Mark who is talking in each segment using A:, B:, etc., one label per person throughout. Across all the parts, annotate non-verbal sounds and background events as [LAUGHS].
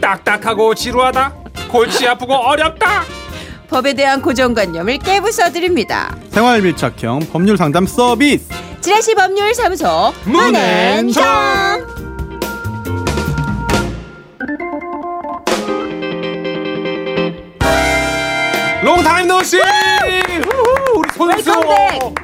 A: 딱딱하고 지루하다. 골치 아프고 어렵다.
B: 법에 대한 고정관념을 깨부숴드립니다.
C: 생활 밀착형 법률 상담 서비스.
B: 지라시 법률사무소 문앤정
A: 문앤정. 롱타임 노씨. 우리 손수호.
B: 웰컴백!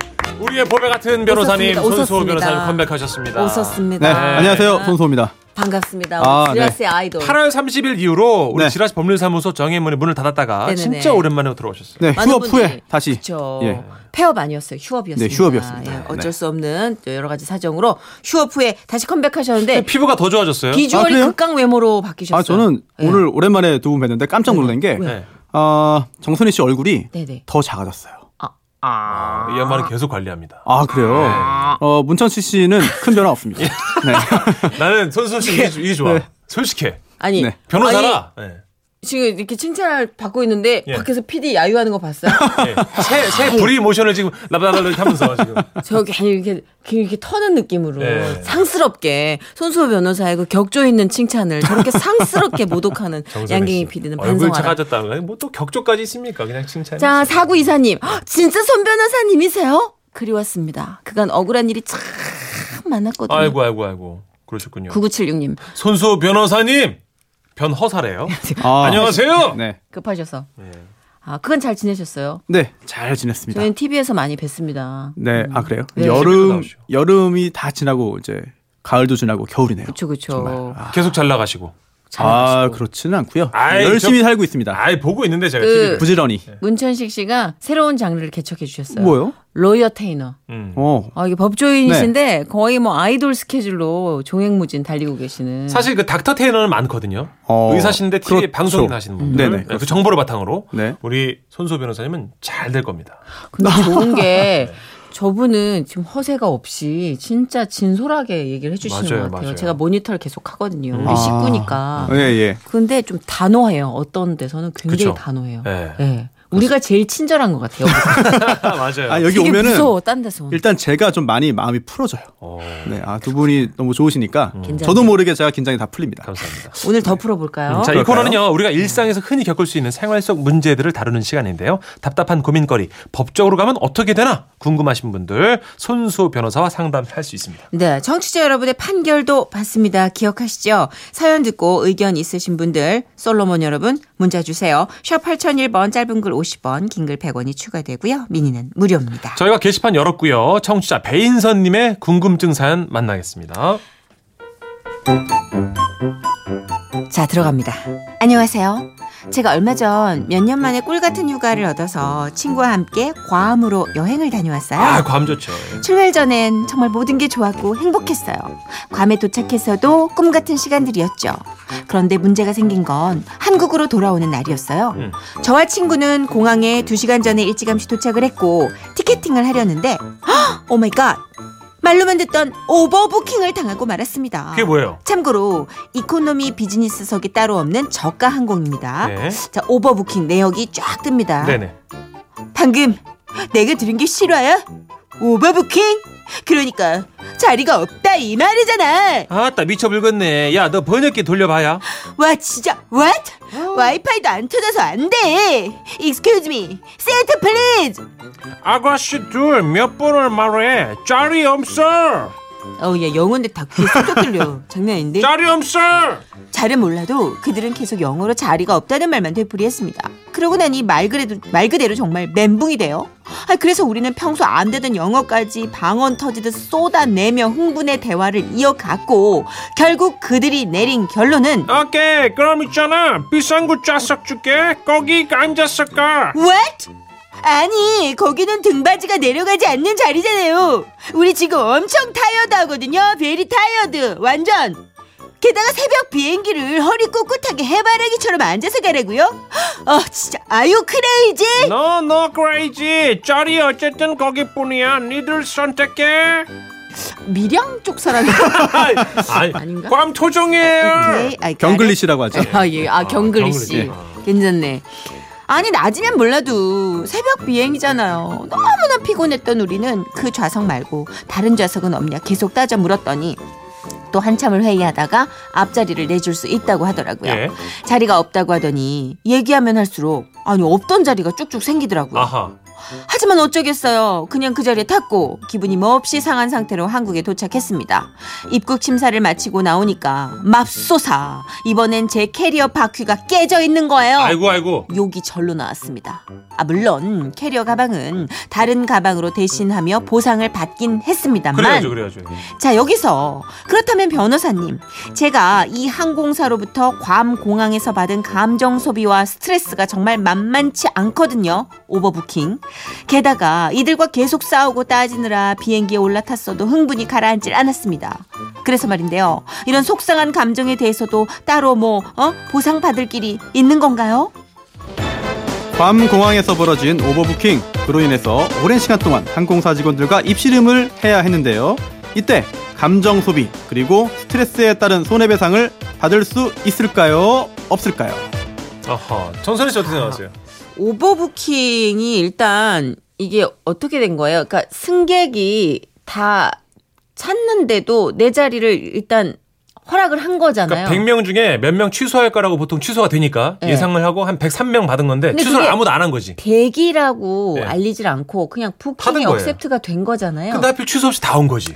A: 우리의 보배 같은 변호사님
B: 오셨습니다.
A: 손수호
B: 오셨습니다.
A: 변호사님 컴백하셨습니다.
C: 네,
B: 오셨습니다. 아.
C: 안녕하세요. 손소입니다.
B: 반갑습니다.
C: 아,
B: 지라시 아이돌
A: 8월 30일 이후로 우리
C: 네.
A: 지라시 법률사무소 정혜문의 문을 닫았다가
B: 네네네.
A: 진짜 오랜만에 들어오셨어요.
C: 네,
B: 많은
C: 휴업 후에
B: 분들이-
C: 다시.
B: 그쵸.
C: 예.
B: 폐업 아니었어요. 휴업이었습니다.
C: 네, 휴업이었습니다.
B: 예, 어쩔
C: 네.
B: 수 없는 또 여러 가지 사정으로 휴업 후에 다시 컴백하셨는데
A: 피부가 더 좋아졌어요.
C: 아,
B: 비주얼이
C: 그래요?
B: 극강 외모로 바뀌셨어요.
C: 아, 저는
B: 예.
C: 오늘 오랜만에 두 분 뵀는데 깜짝 놀란 게,
A: 네.
C: 아, 정선희 씨 얼굴이
B: 네네.
C: 더 작아졌어요.
A: 이 양반은 계속 관리합니다.
C: 아, 그래요? 어, 문천수 씨는 큰 변화 없습니다. 네.
A: 나는 손수호 씨 이게, 이게 좋아.
C: 네.
A: 솔직해.
B: 아니
C: 네.
A: 변호사라. 네.
B: 아니, 지금 이렇게 칭찬을 받고 있는데
A: 예.
B: 밖에서 PD 야유하는 거
C: [LAUGHS]
B: 봤어요?
A: 네. 새, 새 불이 모션을 지금 라바라라 하면서 지금.
B: 저 괜히 이렇게 괜히 이렇게 터는 느낌으로
A: 네.
B: 상스럽게 손수호 변호사의 그 격조 있는 칭찬을 저렇게 상스럽게 모독하는
A: [LAUGHS] 정선혜
B: 양갱이
A: 씨.
B: PD는
A: 얼굴
B: 반성하라.
A: 작아졌다는 뭐또 격조까지 있습니까? 그냥 칭찬.
B: 자, 사구 이사님. 헉, 진짜 손 변호사님이세요? 그리웠습니다. 그간 억울한 일이 참 많았거든요.
A: 아이고 아이고 아이고. 그러셨군요.
B: 9976님.
A: 손수 변호사님 변허사래요.
C: 아,
A: 안녕하세요.
C: 네.
B: 급하셔서. 아, 그간 잘 지내셨어요?
C: 네, 잘 지냈습니다.
B: 저희는 TV에서 많이 뵀습니다.
A: 음.
C: 네, 아, 그래요?
B: 네.
A: TV로
C: 여름,
A: 나오시죠.
C: 여름이 다 지나고, 이제, 가을도 지나고, 겨울이네요.
B: 그쵸, 그쵸.
C: 정말.
A: 계속 잘 나가시고.
C: 아, 그렇지는 않고요
A: 아이,
C: 열심히
A: 저-
C: 살고 있습니다.
A: 아이 보고 있는데 제가
B: 그-
A: TV를.
C: 부지런히.
B: 문천식 씨가 새로운 장르를 개척해 주셨어요.
C: 뭐요?
B: 로이어 테이너.
A: 음.
C: 어.
B: 아, 이게 법조인이신데
A: 네.
B: 거의 뭐 아이돌 스케줄로 종횡무진 달리고 계시는.
A: 사실 그 닥터 테이너는 많거든요.
C: 어,
A: 의사신데 TV
C: 그렇죠.
A: 방송인 하시는 분들
C: 네네,
A: 네, 그
C: 그렇습니다.
A: 정보를 바탕으로
C: 네.
A: 우리 손수 변호사님은 잘 될 겁니다. [LAUGHS]
B: 근데 좋은
A: 네.
B: 게 저분은 지금 허세가 없이 진짜 진솔하게 얘기를 해주시는
A: 맞아요,
B: 것 같아요.
A: 맞아요.
B: 제가 모니터를 계속 하거든요.
A: 아. 네.
B: 우리 식구니까.
C: 예, 예.
B: 근데 좀 단호해요. 어떤 데서는 굉장히
A: 그쵸.
B: 단호해요. 예.
C: [LAUGHS]
A: 네.
B: 우리가 제일 친절한 것
A: [LAUGHS]
B: 같아요. 여기서.
A: 맞아요.
C: 아, 여기
B: 되게
C: 오면은
B: 무서워. 딴 데서.
C: 일단 제가 좀 많이 마음이 풀어져요.
A: 어,
C: 네, 아, 두 분이 너무 좋으시니까
B: 괜찮네요.
C: 저도 모르게 제가 긴장이 다 풀립니다.
A: 감사합니다.
B: 오늘 더 풀어볼까요?
A: 음, 자, 이
C: 그럴까요?
A: 코너는요, 우리가 일상에서 흔히 겪을 수 있는 생활 속 문제들을 다루는 시간인데요. 답답한 고민거리, 법적으로 가면 어떻게 되나 궁금하신 분들, 손수 변호사와 상담할 수 있습니다.
B: 네, 청취자 여러분의 판결도 받습니다. 기억하시죠? 사연 듣고 의견 있으신 분들, 솔로몬 여러분, 문자 주세요. 샵 8001번, 짧은 글 50원, 긴 글 100원이 추가되고요. 미니는 무료입니다.
A: 저희가 게시판 열었고요. 청취자 배인선님의 궁금증 사연 만나겠습니다.
B: 자, 들어갑니다. 안녕하세요. 제가 얼마 전 몇 년 만에 꿀 같은 휴가를 얻어서 친구와 함께 괌으로 여행을 다녀왔어요.
A: 아, 괌 좋죠.
B: 출발 전엔 정말 모든 게 좋았고 행복했어요. 괌에 도착해서도 꿈 같은 시간들이었죠. 그런데 문제가 생긴 건 한국으로 돌아오는 날이었어요.
A: 음.
B: 저와 친구는 공항에 2시간 전에 일찌감치 도착을 했고 티켓팅을 하려는데 오 마이 갓! 말로만 듣던 오버부킹을 당하고 말았습니다.
A: 그게 뭐예요?
B: 참고로 이코노미 비즈니스석이 따로 없는 저가 항공입니다.
A: 네.
B: 자, 오버부킹 내역이 쫙 뜹니다.
A: 네네.
B: 방금 내가 들은 게 실화야? 오버부킹? 그러니까 자리가 없다 이 말이잖아.
A: 아따, 미쳐 불겠네. 야, 너 번역기 돌려봐야.
B: 와 진짜 what? 와이파이도 안 터져서 안 돼. Excuse me, set please.
A: 아가씨들 몇 번을 말해. 짜리 없어.
B: 어야 영어인데 다 귀에 쏙쏙 들려. 장난 아닌데?
A: 짜리 없어.
B: 잘은 몰라도 그들은 계속 영어로 자리가 없다는 말만 되풀이했습니다. 그러고 나니 말 그대로, 말 그대로 정말 멘붕이 돼요. 아, 그래서 우리는 평소 안 되던 영어까지 방언 터지듯 쏟아내며 흥분의 대화를 이어갔고 결국 그들이 내린 결론은
A: 오케이, 그럼 있잖아. 비싼 거 짜서 줄게. 거기 앉아서 가.
B: What? 아니 거기는 등받이가 내려가지 않는 자리잖아요. 우리 지금 엄청 타이어드 하거든요. 베리 타이어드 완전. 게다가 새벽 비행기를 허리 꿋꿋하게 해바라기처럼 앉아서 가라고요? 아 진짜 아유 크레이지.
A: 너, 너, 크레이지. 짜리 어쨌든 거기뿐이야. 니들 선택해.
B: 밀양 쪽 사람 [LAUGHS] 아닌가?
A: 괌 토종이에요.
C: 경글리시라고 하죠.
B: 아예아
A: 경글리 씨. 경글리.
B: 괜찮네. 아니 낮이면 몰라도 새벽 비행이잖아요. 너무나 피곤했던 우리는 그 좌석 말고 다른 좌석은 없냐 계속 따져 물었더니 또 한참을 회의하다가 앞자리를 내줄 수 있다고 하더라고요.
A: 예.
B: 자리가 없다고 하더니 얘기하면 할수록 아니 없던 자리가 쭉쭉 생기더라고요.
A: 아하.
B: 하지만 어쩌겠어요. 그냥 그 자리에 탔고 기분이 몹시 상한 상태로 한국에 도착했습니다. 입국 심사를 마치고 나오니까 맙소사 이번엔 제 캐리어 바퀴가 깨져 있는 거예요.
A: 아이고 아이고.
B: 욕이 절로 나왔습니다. 아 물론 캐리어 가방은 다른 가방으로 대신하며 보상을 받긴 했습니다만
A: 그래야죠 그래야죠.
B: 자 여기서 그렇다면 변호사님 제가 이 항공사로부터 괌 공항에서 받은 감정 소비와 스트레스가 정말 만만치 않거든요 오버부킹 게다가 이들과 계속 싸우고 따지느라 비행기에 올라탔어도 흥분이 가라앉질 않았습니다 그래서 말인데요 이런 속상한 감정에 대해서도 따로 뭐 어? 보상받을 길이 있는 건가요?
C: 괌 공항에서 벌어진 오버부킹 그로 인해서 오랜 시간 동안 항공사 직원들과 입씨름을 해야 했는데요. 이때 감정 소비 그리고 스트레스에 따른 손해배상을 받을 수 있을까요? 없을까요?
A: 아하. 정선희 씨 어떻게 생각하세요?
B: 오버부킹이 일단 이게 어떻게 된 거예요? 그러니까 승객이 다 찾는데도 내 자리를 일단 허락을 한 거잖아요.
A: 그러니까 100명 중에 몇 명 취소할 거라고 보통 취소가 되니까
B: 예.
A: 예상을 하고 한 103명 받은 건데
B: 근데
A: 취소를
B: 그게-
A: 아무도 안 한 거지.
B: 대기라고
A: 네.
B: 알리질 않고 그냥
A: 받은
B: 부킹이
A: 거예요.
B: 억셉트가 된 거잖아요.
A: 근데 하필 취소 없이 다 온 거지.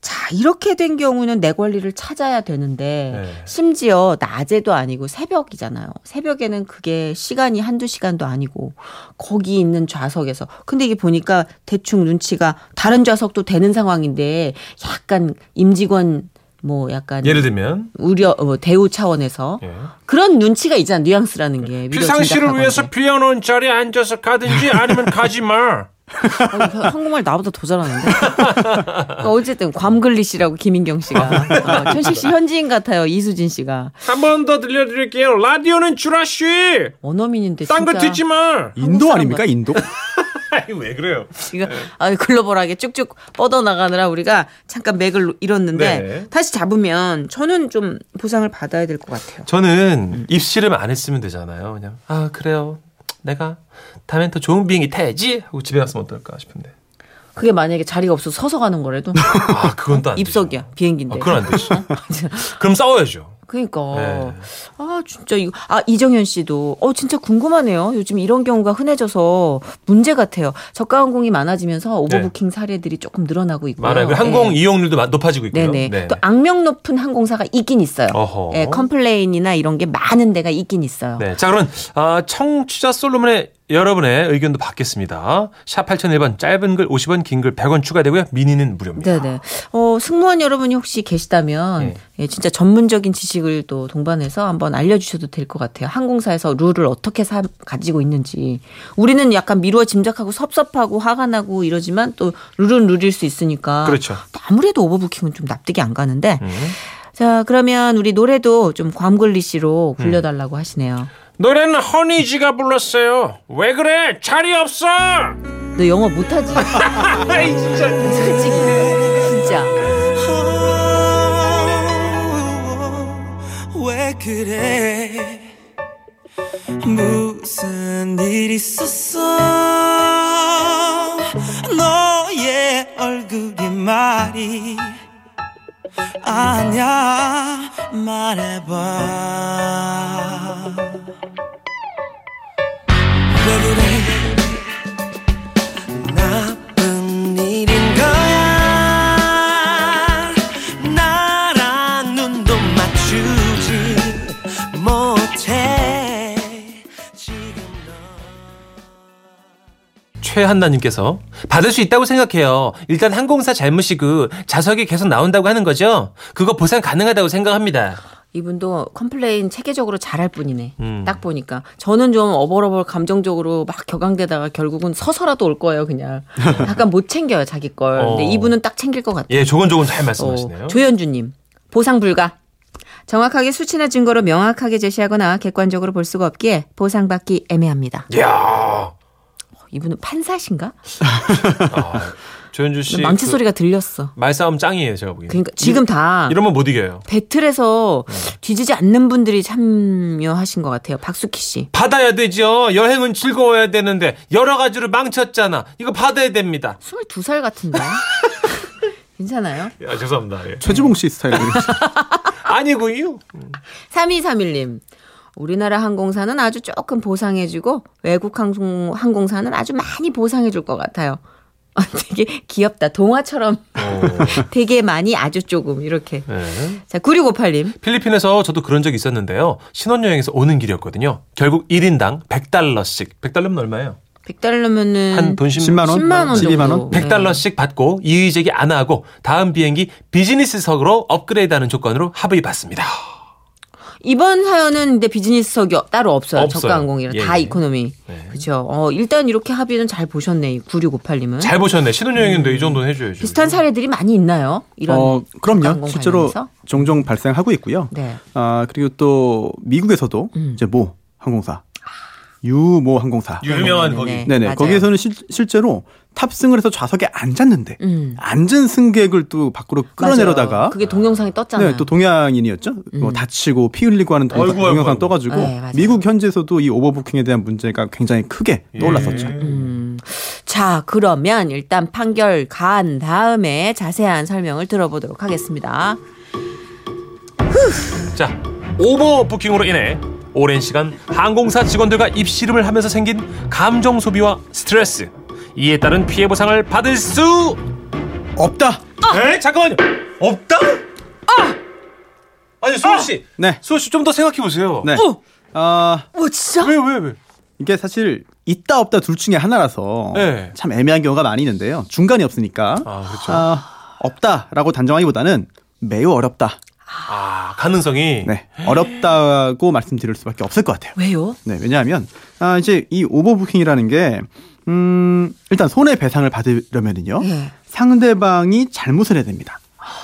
B: 자, 이렇게 된 경우는 내 권리를 찾아야 되는데
A: 네.
B: 심지어 낮에도 아니고 새벽이잖아요. 새벽에는 그게 시간이 한두 시간도 아니고 거기 있는 좌석에서 근데 이게 보니까 대충 눈치가 다른 좌석도 되는 상황인데 약간 임직원 뭐 약간
A: 예를 들면
B: 우려 어, 대우 차원에서
A: 예.
B: 그런 눈치가 있잖아. 뉘앙스라는 게.
A: 비상시를
B: 위로진작하건대.
A: 위해서 비어놓은 자리에 앉아서 가든지 아니면 가지
B: [LAUGHS]
A: 마.
B: 아, 이거 한국말 나보다 더 잘하는데. 그러니까 어쨌든 괌글리 씨라고 김인경
A: 아, 네.
B: 씨가 어, 천식 씨 현지인 같아요. 이수진 씨가
A: 한 번 더 들려드릴게요. 라디오는 주라씨.
B: 원어민인데
A: 딴 거
B: 예, 진짜 예.
A: 듣지 마.
C: 인도
B: 사람
C: 뭐 아닙니까 인도?
A: 아이 왜 그래요?
B: 이거 아, 글로벌하게 쭉쭉 뻗어 나가느라 우리가 잠깐 맥을 잃었는데
A: 네.
B: 다시 잡으면 저는 좀 보상을 받아야 될 것 같아요.
A: 저는 입씨름 안 했으면 되잖아요. 그냥 아 그래요. 내가 다음엔 더 좋은 비행기 타야지 하고 집에 갔으면 어떨까 싶은데.
B: 그게 만약에 자리가 없어서 서서 가는 거라도
A: [LAUGHS] 아 그건 또 안 되죠.
B: 입석이야 비행기인데. 어?
A: 아, 그건 안
B: [LAUGHS]
A: 되지. 그럼 싸워야죠.
B: 그러니까
A: 네.
B: 아 진짜 이거 아 이정현 씨도 어 진짜 궁금하네요. 요즘 이런 경우가 흔해져서 문제 같아요. 저가 항공이 많아지면서 오버부킹 사례들이 조금 늘어나고
A: 네.
B: 있고요.
A: 많아요. 그리고 항공 이용률도 마- 높아지고
B: 네.
A: 있고요.
B: 네네.
A: 네.
B: 또 악명 높은 항공사가 있긴 있어요.
A: 어허.
B: 예, 컴플레인이나 이런 게 많은 데가 있긴 있어요.
A: 네. 자, 그럼 아, 청취자 솔로몬의 여러분의 의견도 받겠습니다. 샵 8001번 짧은 글 50원, 긴 글 100원 추가되고요. 미니는 무료입니다.
B: 네네. 어, 승무원 여러분이 혹시 계시다면,
A: 네.
B: 예, 진짜 전문적인 지식을 또 동반해서 한번 알려주셔도 될 것 같아요. 항공사에서 룰을 어떻게 사, 가지고 있는지. 우리는 약간 미루어 짐작하고 섭섭하고 화가 나고 이러지만 또 룰은 룰일 수 있으니까.
A: 그렇죠.
B: 아무래도 오버부킹은 좀 납득이 안 가는데.
A: 음.
B: 자, 그러면 우리 노래도 좀 괌글리 씨로
A: 음.
B: 불려달라고 하시네요.
A: 노래는 허니지가 불렀어요. 왜 그래? 자리 없어.
B: 너 영어
A: [LAUGHS]
B: 못하지?
A: 아이 진짜.
B: 솔직히. 진짜.
D: 아, 왜 그래 무슨 일 있었어 너의 얼굴이 말이 아냐 말해봐 왜 그래 나쁜 일인가 나랑 눈도 맞추지 못해 지금 너
A: 최한나님께서 받을 수 있다고 생각해요. 일단 항공사 잘못이고 자석이 계속 나온다고 하는 거죠. 그거 보상 가능하다고 생각합니다.
B: 이분도 컴플레인 체계적으로 잘할 뿐이네.
A: 음.
B: 딱 보니까 저는 좀 어벌어벌 감정적으로 막 격앙되다가 결국은 서서라도 올 거예요,
A: [LAUGHS]
B: 그냥. 약간 못 챙겨요 자기 걸. 근데
A: 어.
B: 이분은 딱 챙길 것 같아요.
A: 예, 조곤조곤 잘 말씀하시네요.
B: 어, 조현주님 보상 불가. 정확하게 수치나 증거로 명확하게 제시하거나 객관적으로 볼 수가 없기에 보상받기 애매합니다.
A: 이야.
B: 어, 이분은 판사신가?
A: 아, 조현주 씨
B: 망치
A: 그
B: 소리가 들렸어.
A: 말싸움 짱이에요, 제가 보기엔.
B: 그러니까 지금 다
A: 이러면 못 이겨요.
B: 배틀에서
A: 어.
B: 뒤지지 않는 분들이 참여하신 것 같아요. 박수키 씨.
A: 받아야 되죠. 여행은 즐거워야 되는데 여러 가지로 망쳤잖아. 이거 받아야 됩니다.
B: 22살 같은데. [LAUGHS] 괜찮아요?
A: 아, 죄송합니다. 예.
C: [LAUGHS] 최지봉
B: [LAUGHS]
C: 씨 스타일.
A: 아니고요.
B: 3231님. 우리나라 항공사는 아주 조금 보상해주고 외국 항공, 항공사는 아주 많이 보상해줄 것 같아요. 아, 되게 귀엽다. 동화처럼 [LAUGHS]
A: 어.
B: 되게 많이 아주 조금 이렇게.
A: 네.
B: 자 9658님.
A: 필리핀에서 저도 그런 적이 있었는데요. 신혼여행에서 오는 길이었거든요. 결국 1인당 100달러씩. 100달러면 얼마예요?
B: 100달러면은
A: 한 돈 10만
C: 10만 원?
B: 10만 원
C: 12만 원?
B: 정도. 네.
A: 100달러씩 받고 이의제기 안 하고 다음 비행기 비즈니스석으로 업그레이드하는 조건으로 합의 받습니다.
B: 이번 사연은 근데 비즈니스석이 따로 없어요.
A: 없어요.
B: 저가항공이라
A: 예,
B: 다
A: 예.
B: 이코노미.
A: 네.
B: 그렇죠. 어, 일단 이렇게 합의는 잘 보셨네. 9658님은.
A: 잘 보셨네. 신혼여행인데 이 정도는 해줘야죠.
B: 음. 비슷한 사례들이 많이 있나요? 이런
C: 어,
B: 항공
C: 그럼요. 실제로
B: 관련해서?
C: 종종 발생하고 있고요.
B: 네.
C: 아 그리고 또 미국에서도
B: 음.
C: 이제 모 항공사, 유모 항공사.
A: 유명한 거기.
B: 네,
C: 네네
B: 맞아요.
C: 거기에서는 실, 실제로 탑승을 해서 좌석에 앉았는데
B: 음.
C: 앉은 승객을 또 밖으로
B: 맞아요.
C: 끌어내려다가
B: 그게 동영상에 떴잖아요.
C: 네, 또 동양인이었죠. 뭐
B: 음.
C: 다치고 피 흘리고 하는 동영상,
A: 아이고, 아이고,
C: 동영상
A: 아이고.
C: 떠가지고
B: 네, 맞아요.
C: 미국 현지에서도 이 오버부킹에 대한 문제가 굉장히 크게 떠올랐었죠.
B: 음. 자, 그러면 일단 판결 간 다음에 자세한 설명을 들어보도록 하겠습니다.
A: 자, 오버 부킹으로 인해 오랜 시간 항공사 직원들과 입씨름을 하면서 생긴 감정 소비와 스트레스 이에 따른 피해 보상을 받을 수
C: 없다.
B: 아!
A: 에? 잠깐만요. 없다? 아! 아니 수호 씨.
C: 네.
A: 수호 씨 좀 더 생각해 보세요.
C: 네.
B: 어,
C: 아
B: 뭐 진짜?
A: 왜 왜 왜?
C: 이게 사실 있다 없다 둘 중에 하나라서
A: 네.
C: 참 애매한 경우가 많이 있는데요. 중간이 없으니까
A: 아, 그렇죠. 아,
C: 아, 없다라고 단정하기보다는 매우 어렵다.
B: 아,
A: 가능성이
C: 네, 어렵다고 말씀드릴 수밖에 없을 것 같아요.
B: 왜요?
C: 네, 왜냐하면 아, 이제 이 오버부킹이라는 게 음, 일단 손해 배상을 받으려면은요
B: 예.
C: 상대방이 잘못을 해야 됩니다.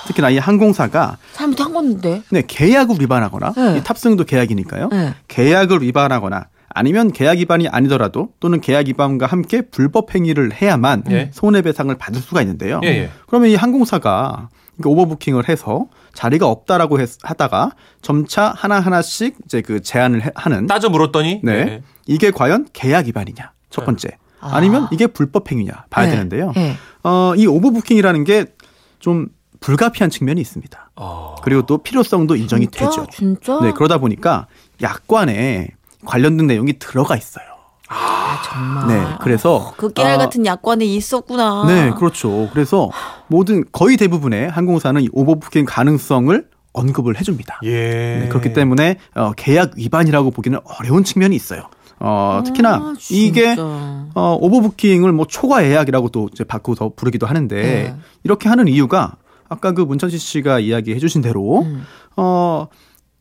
C: 특히나 이 항공사가
B: 잘못한 어? 건데.
C: 네, 계약을 위반하거나
B: 네.
C: 이 탑승도 계약이니까요.
B: 네.
C: 계약을 위반하거나 아니면 계약 위반이 아니더라도 또는 계약 위반과 함께 불법 행위를 해야만
A: 예.
C: 손해배상을 받을 수가 있는데요.
A: 예, 예.
C: 그러면 이 항공사가 이렇게 오버부킹을 해서 자리가 없다라고 했- 하다가 점차 하나 하나씩 이제 그 제한을 해- 하는
A: 따져 물었더니
C: 네.
A: 네.
C: 이게 과연 계약 위반이냐 첫
A: 예.
C: 번째
B: 아.
C: 아니면 이게 불법 행위냐 봐야
B: 네.
C: 되는데요.
B: 예.
C: 어, 이 오버부킹이라는 게 좀 불가피한 측면이 있습니다.
A: 어.
C: 그리고 또 필요성도 인정이
B: 진짜?
C: 되죠.
B: 진짜?
C: 네, 그러다 보니까 약관에 관련된 내용이 들어가 있어요.
B: 아, 정말.
C: 네, 그래서
B: 그 깨알
C: 아,
B: 같은 약관에 있었구나.
C: 네, 그렇죠. 그래서 모든 거의 대부분의 항공사는 이 오버부킹 가능성을 언급을 해줍니다.
A: 예.
C: 네, 그렇기 때문에 어, 계약 위반이라고 보기는 어려운 측면이 있어요. 어, 특히나
B: 아,
C: 이게
B: 진짜.
C: 어, 오버부킹을 뭐 초과 예약이라고 또 이제 바꾸서 부르기도 하는데
B: 네.
C: 이렇게 하는 이유가 아까 그 문천식 씨가 이야기해 주신 대로
B: 음.
C: 어,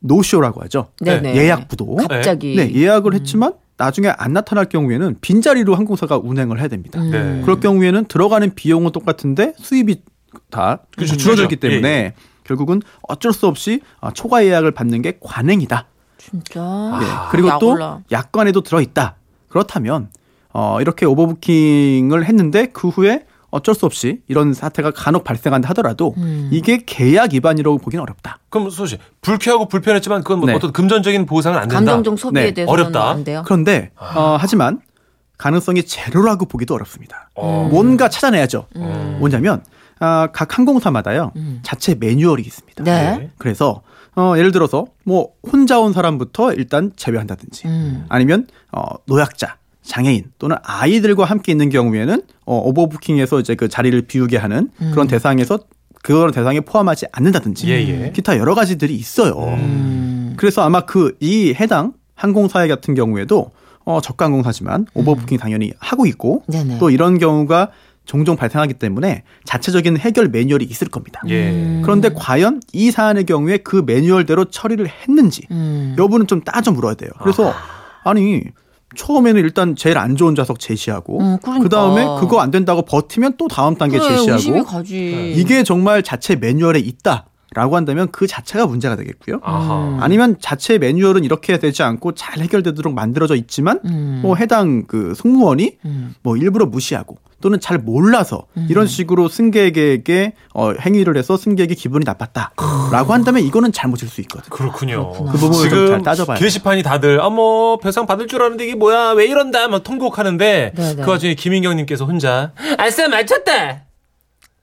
C: 노쇼라고 하죠.
B: 네네.
C: 예약 부도.
B: 갑자기. 음.
C: 네, 예약을 했지만 나중에 안 나타날 경우에는 빈자리로 항공사가 운행을 해야 됩니다.
B: 음.
A: 네.
C: 그럴 경우에는 들어가는 비용은 똑같은데 수입이 다
A: 그렇죠,
C: 줄어들기
A: 줄죠.
C: 때문에
A: 예,
C: 결국은 어쩔 수 없이 아, 초과 예약을 받는 게 관행이다.
B: 진짜.
C: 예.
B: 아,
A: 아,
C: 그리고 또
B: 약올라.
C: 약관에도 들어있다. 그렇다면 어, 이렇게 오버부킹을 했는데 그 후에 어쩔 수 없이 이런 사태가 간혹 발생한다 하더라도
B: 음.
C: 이게 계약 위반이라고 보기는 어렵다.
A: 그럼 수호 씨 불쾌하고 불편했지만 그건 뭐
C: 네.
A: 어떤 금전적인 보상은 안 된다.
B: 감정적 소비에
C: 네,
B: 대해서는
A: 어렵다.
B: 안 돼요.
C: 그런데 어, 하지만 가능성이 제로라고 보기도 어렵습니다.
A: 어.
C: 뭔가 찾아내야죠.
A: 음.
C: 뭐냐면 아, 각 항공사마다요
B: 음.
C: 자체 매뉴얼이 있습니다.
B: 네.
A: 네.
C: 그래서 어, 예를 들어서 뭐 혼자 온 사람부터 일단 제외한다든지
B: 음.
C: 아니면 어, 노약자, 장애인 또는 아이들과 함께 있는 경우에는 어, 오버부킹에서 이제 그 자리를 비우게 하는 그런 대상에서 그런 대상에 포함하지 않는다든지
A: 음. 예, 예.
C: 기타 여러 가지들이 있어요.
B: 음.
C: 그래서 아마 그 이 해당 항공사 같은 경우에도 어,
A: 음.
C: 저가 항공사지만 오버부킹 당연히 하고 있고
B: 네네.
C: 또 이런 경우가 종종 발생하기 때문에 자체적인 해결 매뉴얼이 있을 겁니다.
A: 예.
C: 그런데 과연 이 사안의 경우에 그 매뉴얼대로 처리를 했는지
B: 음.
C: 여부는 좀 따져 물어야 돼요. 그래서 아니 처음에는 일단 제일 안 좋은 좌석 제시하고
B: 음, 그러니까.
C: 그다음에 그거 안 된다고 버티면 또 다음 단계
B: 그래, 의심이
C: 제시하고
A: 네.
B: 가지.
C: 이게 정말 자체 매뉴얼에 있다라고 한다면 그 자체가 문제가 되겠고요.
B: 음.
A: 아하.
C: 아니면 자체 매뉴얼은 이렇게 되지 않고 잘 해결되도록 만들어져 있지만
B: 음.
C: 뭐 해당 그 승무원이
B: 음.
C: 뭐 일부러 무시하고 또는 잘 몰라서 이런 식으로 승객에게 어, 행위를 해서 승객이 기분이 나빴다라고 한다면 이거는 잘못일 수 있거든.
A: 그렇군요.
B: 그렇구나.
C: 그 부분을
A: 지금
C: 좀잘 따져봐야 돼요.
A: 게시판이 다들
E: 아, 뭐,
A: 어머 배상 받을 줄 알았는데 이게 뭐야 왜 이런다 막 통곡하는데
B: 네, 네.
A: 그 와중에 김인경님께서 혼자 알싸 맞췄다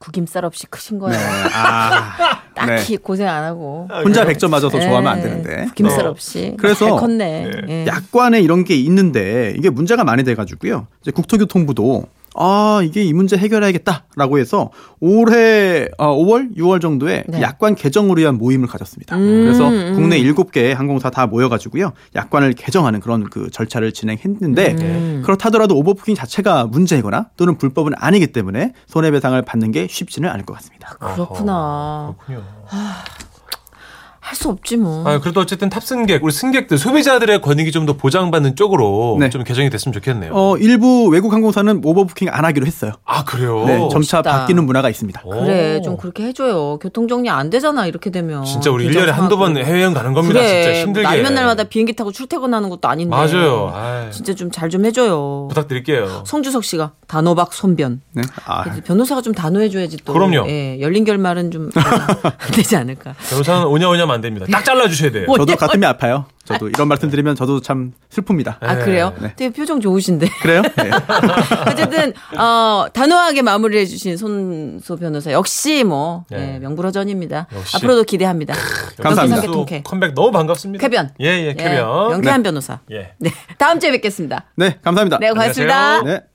B: 구김살 없이 크신
C: 네.
B: 거예요.
C: 아,
B: 딱히 고생 안 하고.
C: 혼자 100점 맞아서
B: 예,
C: 좋아하면 안 되는데. 네.
B: 구김살
E: 어.
B: 없이.
C: 그래서
B: 잘 컸네. 예.
C: 약관에 이런 게 있는데 이게 문제가 많이 돼가지고요. 이제 국토교통부도 아 이게 이 문제 해결해야겠다라고 해서 올해 어, 5월, 6월 정도에 그
B: 네.
C: 약관 개정을 위한 모임을 가졌습니다.
B: 음,
C: 그래서
B: 음.
C: 국내 7개의 항공사 다 모여가지고요. 약관을 개정하는 그런 그 절차를 진행했는데
B: 음.
C: 그렇다더라도 오버부킹 자체가 문제이거나 또는 불법은 아니기 때문에 손해배상을 받는 게 쉽지는 않을 것
B: 아,
C: 같습니다.
B: 그렇구나.
E: 아,
B: 아,
E: 그렇군요.
B: 할 수 없지 뭐.
E: 아, 그래도 어쨌든 탑승객, 우리 승객들, 소비자들의 권익이 좀 더 보장받는 쪽으로
C: 네.
E: 좀 개정이 됐으면 좋겠네요.
C: 어 일부 외국 항공사는 오버부킹 안 하기로 했어요.
E: 아, 그래요?
C: 네,
B: 멋있다.
C: 점차 바뀌는 문화가 있습니다.
E: 오.
B: 그래 좀 그렇게 해줘요. 교통 정리 안 되잖아 이렇게 되면.
E: 진짜 우리
B: 계좌
E: 1년에 한두 번
B: 상하고.
E: 해외여행 가는 겁니다.
B: 그래,
E: 진짜 힘들게.
B: 뭐 날면 날마다 네. 비행기 타고 출퇴근하는 것도 아닌데.
E: 맞아요. 아이,
B: 진짜 좀 잘 좀 해줘요.
E: 부탁드릴게요.
B: 성주석 씨가 단호박 손변.
C: 네. 아,
B: 그래도 변호사가 좀 단호해줘야지 또.
E: 그럼요.
B: 예, 열린 결말은 좀 [LAUGHS] 되지 않을까.
E: 변호사는 오냐오냐면 안 됩니다. 딱 잘라주셔야 돼요.
C: 저도 가슴이 아파요. 저도 이런 말씀드리면 저도 참 슬픕니다.
B: 아 그래요?
C: 네.
B: 되게 표정 좋으신데.
C: 그래요? 네.
B: 어쨌든 어, 단호하게 마무리해 주신 손소 변호사 역시 뭐
E: 네.
B: 예, 명불허전입니다.
E: 역시.
B: 앞으로도 기대합니다.
C: 감사합니다.
B: 교통계 통쾌.
E: 컴백 너무 반갑습니다.
B: 쾌변.
E: 예, 예,
B: 예,
E: 쾌변.
B: 명쾌한 변호사.
E: 예.
B: 네. 다음 주에 뵙겠습니다.
C: 네, 감사합니다.
B: 네, 고맙습니다.
E: 안녕하세요.
C: 네.